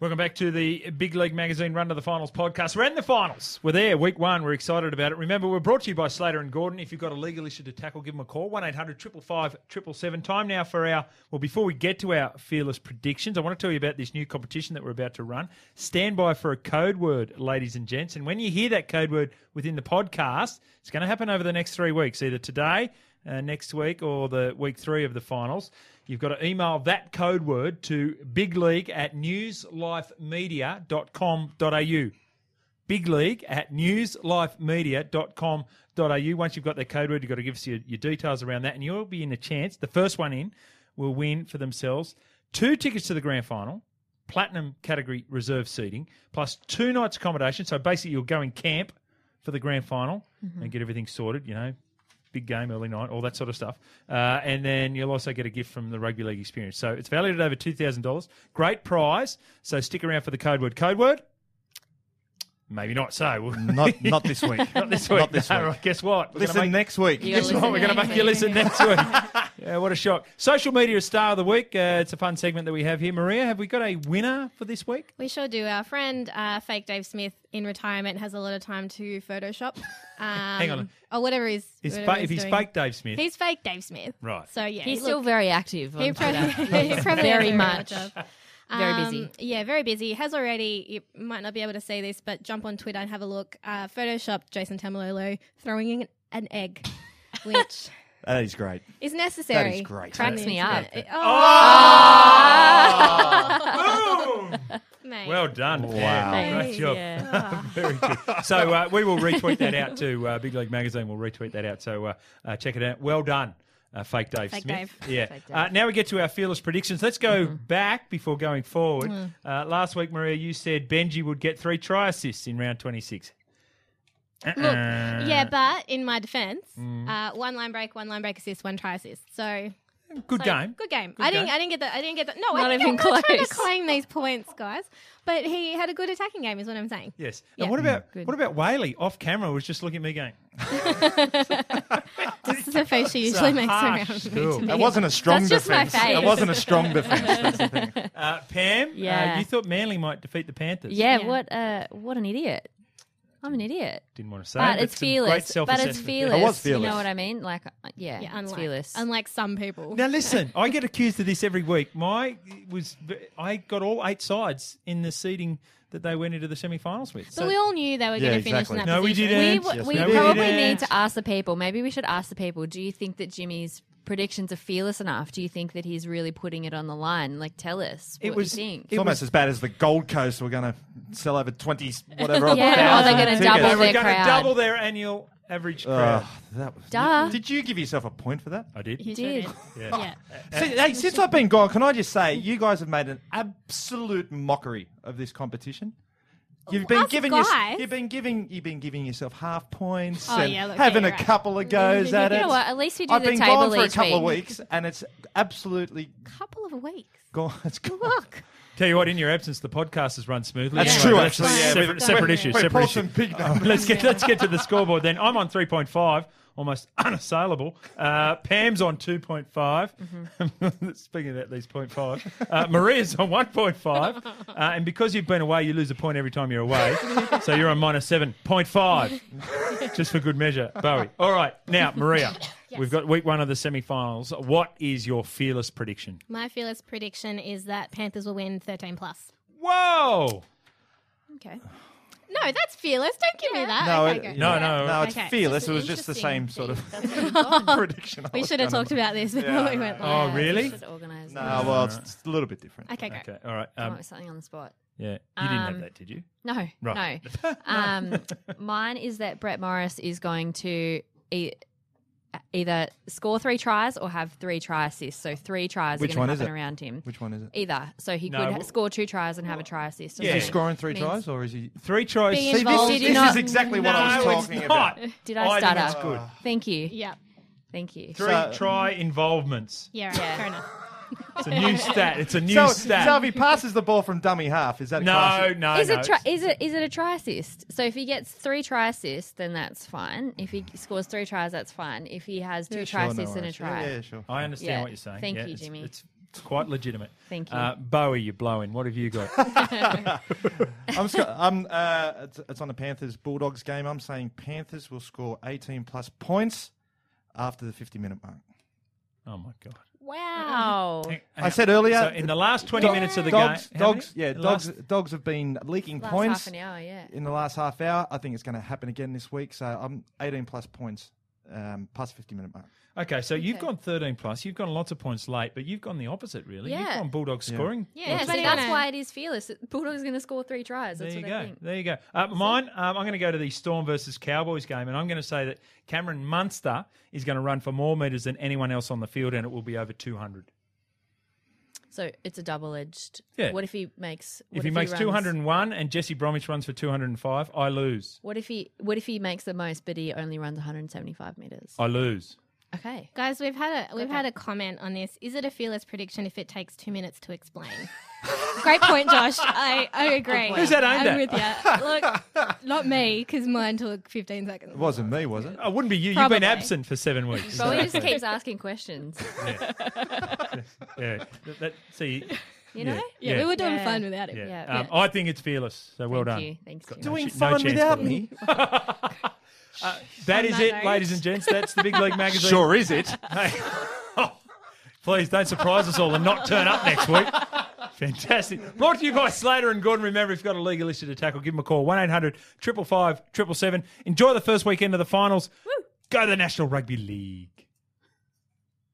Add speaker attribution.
Speaker 1: Welcome back to the Big League Magazine Run to the Finals podcast. We're in the finals. We're there, week one. We're excited about it. Remember, we're brought to you by Slater and Gordon. If you've got a legal issue to tackle, give them a call 1 800 555 777. Time now for our, well, before we get to our fearless predictions, I want to tell you about this new competition that we're about to run. Stand by for a code word, ladies and gents. And when you hear that code word within the podcast, it's going to happen over the next three weeks, either today, uh, next week or the week three of the finals. You've got to email that code word to bigleague at newslifemedia.com.au. Big League at newslifemedia.com.au. Once you've got that code word, you've got to give us your, your details around that, and you'll be in a chance. The first one in will win for themselves two tickets to the grand final, platinum category reserve seating, plus two nights accommodation. So basically, you'll go in camp for the grand final and get everything sorted, you know, big game early night, all that sort of stuff. Uh, and then you'll also get a gift from the rugby league experience. So it's valued at over two thousand dollars. Great prize. So stick around for the code word. Code word. Maybe not. So we'll-
Speaker 2: Not not this week.
Speaker 1: not this week.
Speaker 2: Mm. this
Speaker 1: No,
Speaker 2: week.
Speaker 1: right, guess what? We're gonna
Speaker 2: Listen
Speaker 1: make-
Speaker 2: next week.
Speaker 3: You're
Speaker 1: guess what? We're going to
Speaker 3: listening,
Speaker 1: make you listen
Speaker 3: maybe.
Speaker 1: next week. yeah, what a shock. Social media star of the week. Uh, it's a fun segment that we have here. Maria, have we got a winner for this week?
Speaker 3: We sure do. Our friend, uh, fake Dave Smith, in retirement, has a lot of time to Photoshop. Um, Hang
Speaker 1: on.
Speaker 3: Or whatever he's.
Speaker 1: Is
Speaker 3: whatever
Speaker 1: fa- if he's
Speaker 3: doing.
Speaker 1: fake Dave Smith.
Speaker 3: He's fake Dave Smith.
Speaker 1: Right.
Speaker 3: So, yeah.
Speaker 4: He's
Speaker 3: look,
Speaker 4: still very active on
Speaker 3: He
Speaker 4: Twitter.
Speaker 3: probably, he probably
Speaker 4: Very
Speaker 3: does a
Speaker 4: much.
Speaker 3: good job.
Speaker 4: Very busy.
Speaker 3: Um, yeah, very busy. He has already, you might not be able to see this, but jump on Twitter and have a look. Uh, Photoshop Jason Tamalolo throwing in an egg, which
Speaker 2: That is great.
Speaker 3: is necessary.
Speaker 2: great.
Speaker 4: Cracks me up.
Speaker 3: It-
Speaker 1: Ah,
Speaker 3: Oh!
Speaker 1: Boom!
Speaker 3: Mate.
Speaker 1: oh, Well done.
Speaker 2: Wow.
Speaker 1: Pam. Great job.
Speaker 4: Yeah.
Speaker 1: Very good. So uh, we will retweet that out to uh, Big League Magazine. We'll retweet that out. So uh, uh, check it out. Well done. Uh, fake Dave
Speaker 3: Fake
Speaker 1: Smith.
Speaker 3: Dave.
Speaker 1: Yeah.
Speaker 4: Fake Dave.
Speaker 1: Uh, now we get to our fearless predictions. Let's go back before going forward. Uh, last week, Maria, you said Benji would get three try assists in round Uh-uh. 26.
Speaker 3: Look,
Speaker 2: Uh,
Speaker 3: yeah, but in my defence,
Speaker 2: Mm.
Speaker 3: uh, one line break, one line break assist, one try assist. So
Speaker 1: Good
Speaker 3: so,
Speaker 1: game.
Speaker 3: good game. I didn't,
Speaker 1: game.
Speaker 3: I didn't get that. I didn't get that. No,
Speaker 4: Not
Speaker 3: I didn't
Speaker 4: even
Speaker 3: get, I'm not trying to
Speaker 4: close.
Speaker 3: claim these points, guys. But he had a good attacking game, is what I'm saying.
Speaker 1: Yes.
Speaker 3: Yeah.
Speaker 1: And what about
Speaker 4: Good.
Speaker 1: what about Whaley off camera was just looking at me going,
Speaker 3: This is the face she usually makes
Speaker 1: harsh
Speaker 3: around
Speaker 1: school.
Speaker 3: me.
Speaker 2: That wasn't a strong
Speaker 4: That's just my
Speaker 2: defense.
Speaker 4: face.
Speaker 2: That wasn't a strong defense.
Speaker 1: uh, Pam, uh,
Speaker 4: Yeah.
Speaker 1: you thought Manly might defeat the Panthers.
Speaker 4: Yeah,
Speaker 3: Yeah.
Speaker 4: what uh what an idiot. I'm an idiot.
Speaker 1: Didn't want to say
Speaker 4: But
Speaker 1: it,
Speaker 4: it's
Speaker 1: some Great
Speaker 4: fearless. But it's
Speaker 1: self-assessment there.
Speaker 4: fearless.
Speaker 2: I was
Speaker 4: You
Speaker 2: fearless.
Speaker 4: know what I mean? Like uh, yeah,
Speaker 3: Yeah,
Speaker 4: it's
Speaker 3: unlike,
Speaker 4: fearless.
Speaker 3: unlike some people.
Speaker 1: Now listen, I get accused of this every week. My was I got all eight sides in the seeding that they went into the semi-finals with.
Speaker 3: but we all knew they were
Speaker 2: Yeah,
Speaker 3: going to finish
Speaker 2: exactly.
Speaker 3: in that
Speaker 1: No, we
Speaker 3: position.
Speaker 1: didn't.
Speaker 4: we
Speaker 1: Yes,
Speaker 4: w- we
Speaker 1: no, we
Speaker 4: probably
Speaker 1: didn't.
Speaker 4: need to ask the people. Maybe we should ask the people. Do you think that Jimmy's predictions are fearless enough? Do you think that he's really putting it on the line? Like, tell us
Speaker 1: It
Speaker 4: what
Speaker 1: was-
Speaker 4: you think.
Speaker 2: It's almost as bad as the Gold Coast. We're going to sell over 20 whatever.
Speaker 4: Yeah,
Speaker 2: thousand
Speaker 4: or they're gonna
Speaker 2: tickets.
Speaker 4: double
Speaker 1: they were
Speaker 4: their
Speaker 1: going to
Speaker 4: crowd.
Speaker 1: double their annual average crowd.
Speaker 2: Ugh, that was,
Speaker 4: Duh.
Speaker 2: Did you give yourself a point for that?
Speaker 1: I did.
Speaker 3: You sure
Speaker 4: Did.
Speaker 3: did.
Speaker 1: Yeah.
Speaker 3: yeah.
Speaker 2: See, hey, since I've been gone, can I just say you guys have made an absolute mockery of this competition. You've been
Speaker 3: Us
Speaker 2: giving your-
Speaker 3: guys?
Speaker 2: you've been giving you've been giving yourself half points
Speaker 3: Oh,
Speaker 2: and
Speaker 3: yeah, look, yeah,
Speaker 2: having
Speaker 3: you're
Speaker 2: a
Speaker 3: right.
Speaker 2: couple of goes at
Speaker 4: You
Speaker 2: it.
Speaker 4: know what? At least we do
Speaker 2: I've
Speaker 4: the
Speaker 2: been
Speaker 4: table
Speaker 2: gone for a
Speaker 4: each
Speaker 2: couple of
Speaker 4: week.
Speaker 2: weeks, and it's absolutely
Speaker 3: Couple of weeks.
Speaker 2: gone. It's gone.
Speaker 3: Look.
Speaker 1: Tell you what, in your absence, the podcast has run smoothly.
Speaker 2: That's
Speaker 1: Anyway,
Speaker 2: true,
Speaker 1: but
Speaker 2: actually. Yeah,
Speaker 1: separate,
Speaker 2: we-
Speaker 1: separate
Speaker 2: we-
Speaker 1: issue.
Speaker 2: we
Speaker 1: Separate
Speaker 2: pulled
Speaker 1: issue.
Speaker 2: some big numbers.
Speaker 1: Let's get let's get to the scoreboard then. I'm on 3.5, almost unassailable. Uh, Pam's on 2.5. Mm-hmm. Speaking about these 0.5, uh, Maria's on 1.5, uh, and because you've been away, you lose a point every time you're away. so you're on minus 7.5, just for good measure, Bowie. All right, now Maria, we've got week one of the semi-finals. What is your fearless prediction?
Speaker 3: My fearless prediction is that Panthers will win 13 plus.
Speaker 1: Whoa!
Speaker 3: Okay. No, that's fearless. Don't give me that.
Speaker 2: No,
Speaker 3: okay,
Speaker 2: it-
Speaker 3: go.
Speaker 1: No, no,
Speaker 2: No, it's
Speaker 3: Okay.
Speaker 2: fearless.
Speaker 3: Just
Speaker 2: It
Speaker 3: an
Speaker 2: was just the same sort of prediction. I
Speaker 3: We
Speaker 2: was
Speaker 3: should have
Speaker 2: gonna-
Speaker 3: talked about this before we went
Speaker 1: Oh,
Speaker 3: live.
Speaker 1: really?
Speaker 4: We should organise
Speaker 2: No,
Speaker 4: that.
Speaker 2: well, it's, it's a little bit different.
Speaker 3: Okay, go.
Speaker 1: Oh, Okay, all right.
Speaker 4: Come
Speaker 1: Um,
Speaker 4: up with something on the spot.
Speaker 1: yeah, you didn't have
Speaker 4: Um,
Speaker 1: that, did you?
Speaker 4: No,
Speaker 1: Right.
Speaker 4: no. Um, mine is that Brett Morris is going to e- either score three tries or have three try assists. So three tries
Speaker 2: Which
Speaker 4: are going
Speaker 2: one
Speaker 4: to
Speaker 2: is
Speaker 4: happen
Speaker 2: it?
Speaker 4: around him.
Speaker 2: Which one is it?
Speaker 4: Either. So he
Speaker 1: No,
Speaker 4: could ha-
Speaker 1: w-
Speaker 4: score two tries and have a try assist. or
Speaker 1: Yeah.
Speaker 2: Is he
Speaker 4: something.
Speaker 2: scoring three
Speaker 4: Means-
Speaker 2: tries, or is he?
Speaker 1: Three tries.
Speaker 3: Being
Speaker 2: See,
Speaker 3: involved.
Speaker 2: this,
Speaker 4: Did you
Speaker 2: this
Speaker 4: not-
Speaker 2: is exactly what I was
Speaker 1: no,
Speaker 2: talking
Speaker 1: it's
Speaker 2: about.
Speaker 1: not.
Speaker 4: Did I start
Speaker 1: think it's
Speaker 4: up?
Speaker 1: good.
Speaker 4: Thank you.
Speaker 3: Yeah.
Speaker 4: Thank you.
Speaker 1: Three
Speaker 2: Ah. So-
Speaker 1: try involvements.
Speaker 3: Yeah, right.
Speaker 4: Yeah.
Speaker 3: fair enough.
Speaker 1: It's a new stat. It's a new
Speaker 2: So,
Speaker 1: stat.
Speaker 2: so if he passes the ball from dummy half, is that
Speaker 1: no,
Speaker 2: classic?
Speaker 1: no,
Speaker 4: Is
Speaker 1: no.
Speaker 4: it, tri- is it is it a try assist? So if he gets three try assists, then that's fine. If he scores three tries, that's fine. If he has two
Speaker 2: Yeah,
Speaker 4: try
Speaker 2: sure, no
Speaker 4: assists and a
Speaker 2: worries.
Speaker 4: try,
Speaker 2: Yeah, yeah, sure.
Speaker 1: I understand
Speaker 4: Yeah.
Speaker 1: what you're saying.
Speaker 4: Thank
Speaker 1: Yeah,
Speaker 4: you,
Speaker 1: it's-
Speaker 4: Jimmy.
Speaker 1: It's It's quite legitimate.
Speaker 4: Thank you.
Speaker 1: Uh, Bowie, you're blowing. What have you got?
Speaker 2: I'm, sc- I'm uh, it's, it's on the Panthers Bulldogs game. I'm saying Panthers will score 18 plus points after the 50 minute mark.
Speaker 1: oh my god!
Speaker 4: Wow.
Speaker 1: Hang-
Speaker 2: I said earlier.
Speaker 1: So in the last 20
Speaker 2: dog-
Speaker 1: minutes of the
Speaker 2: dogs,
Speaker 1: game, how
Speaker 2: dogs,
Speaker 1: many?
Speaker 2: yeah,
Speaker 1: The
Speaker 2: dogs,
Speaker 1: last-
Speaker 2: dogs have been leaking
Speaker 4: Last
Speaker 2: points
Speaker 4: half an hour, yeah.
Speaker 2: in the last half hour. I think it's going to happen again this week. So I'm 18 plus points, um, plus 50 minute mark.
Speaker 1: Okay, so you've
Speaker 4: Okay.
Speaker 1: gone 13 plus. You've gone lots of points late, but you've gone the opposite, really. You've
Speaker 4: Yeah.
Speaker 1: gone Bulldogs
Speaker 2: Yeah.
Speaker 1: scoring.
Speaker 4: Yeah, so
Speaker 3: But it-
Speaker 4: that's why it is fearless. Bulldogs going to score three tries.
Speaker 1: There
Speaker 4: That's
Speaker 1: you
Speaker 4: what
Speaker 1: go.
Speaker 4: I think.
Speaker 1: There you go. Uh, mine, um, I'm going to go to the Storm versus Cowboys game, and I'm going to say that Cameron Munster is going to run for more metres than anyone else on the field, and it will be over 200.
Speaker 4: So it's a double edged.
Speaker 1: Yeah.
Speaker 4: What if he makes? What
Speaker 1: if he makes
Speaker 4: runs-
Speaker 1: 201 and Jesse Bromwich runs for 205, I lose.
Speaker 4: What if he? What if he makes the most, but he only runs 175 meters?
Speaker 1: I lose.
Speaker 4: Okay.
Speaker 3: Guys, we've had a we've
Speaker 4: Okay.
Speaker 3: had a comment on this. Is it a fearless prediction if it takes two minutes to explain? Great point, Josh. I, I agree.
Speaker 1: Who's that aimed at?
Speaker 3: I'm with you. Look, not me, because mine took 15 seconds.
Speaker 2: It wasn't me, was it?
Speaker 1: I Uh, wouldn't be you. You've
Speaker 3: Probably.
Speaker 1: been absent for seven weeks. So,
Speaker 4: Bowie just keeps asking questions.
Speaker 1: yeah. That- that- see,
Speaker 4: You know?
Speaker 3: Yeah,
Speaker 1: Yeah.
Speaker 3: we were doing
Speaker 4: Yeah.
Speaker 3: fun without it.
Speaker 1: yeah.
Speaker 4: Yeah.
Speaker 1: Um, I think it's fearless. So well
Speaker 4: Thank
Speaker 1: done.
Speaker 4: you. Thanks. Jim.
Speaker 1: Doing
Speaker 2: Doing
Speaker 1: ch- no fun
Speaker 2: fun
Speaker 1: chance without
Speaker 2: without
Speaker 1: for me.
Speaker 2: me.
Speaker 1: That
Speaker 3: On
Speaker 1: is
Speaker 3: that
Speaker 1: it,
Speaker 3: note-
Speaker 1: ladies and gents. That's the Big League Magazine.
Speaker 2: is it?
Speaker 1: Oh. Please don't surprise us all and not turn up next week. Fantastic. Brought to you by Slater and Gordon. Remember, if you've got a legal issue to tackle, give them a call 1 800 555 777. Enjoy the first weekend of the finals. Go to the National Rugby League.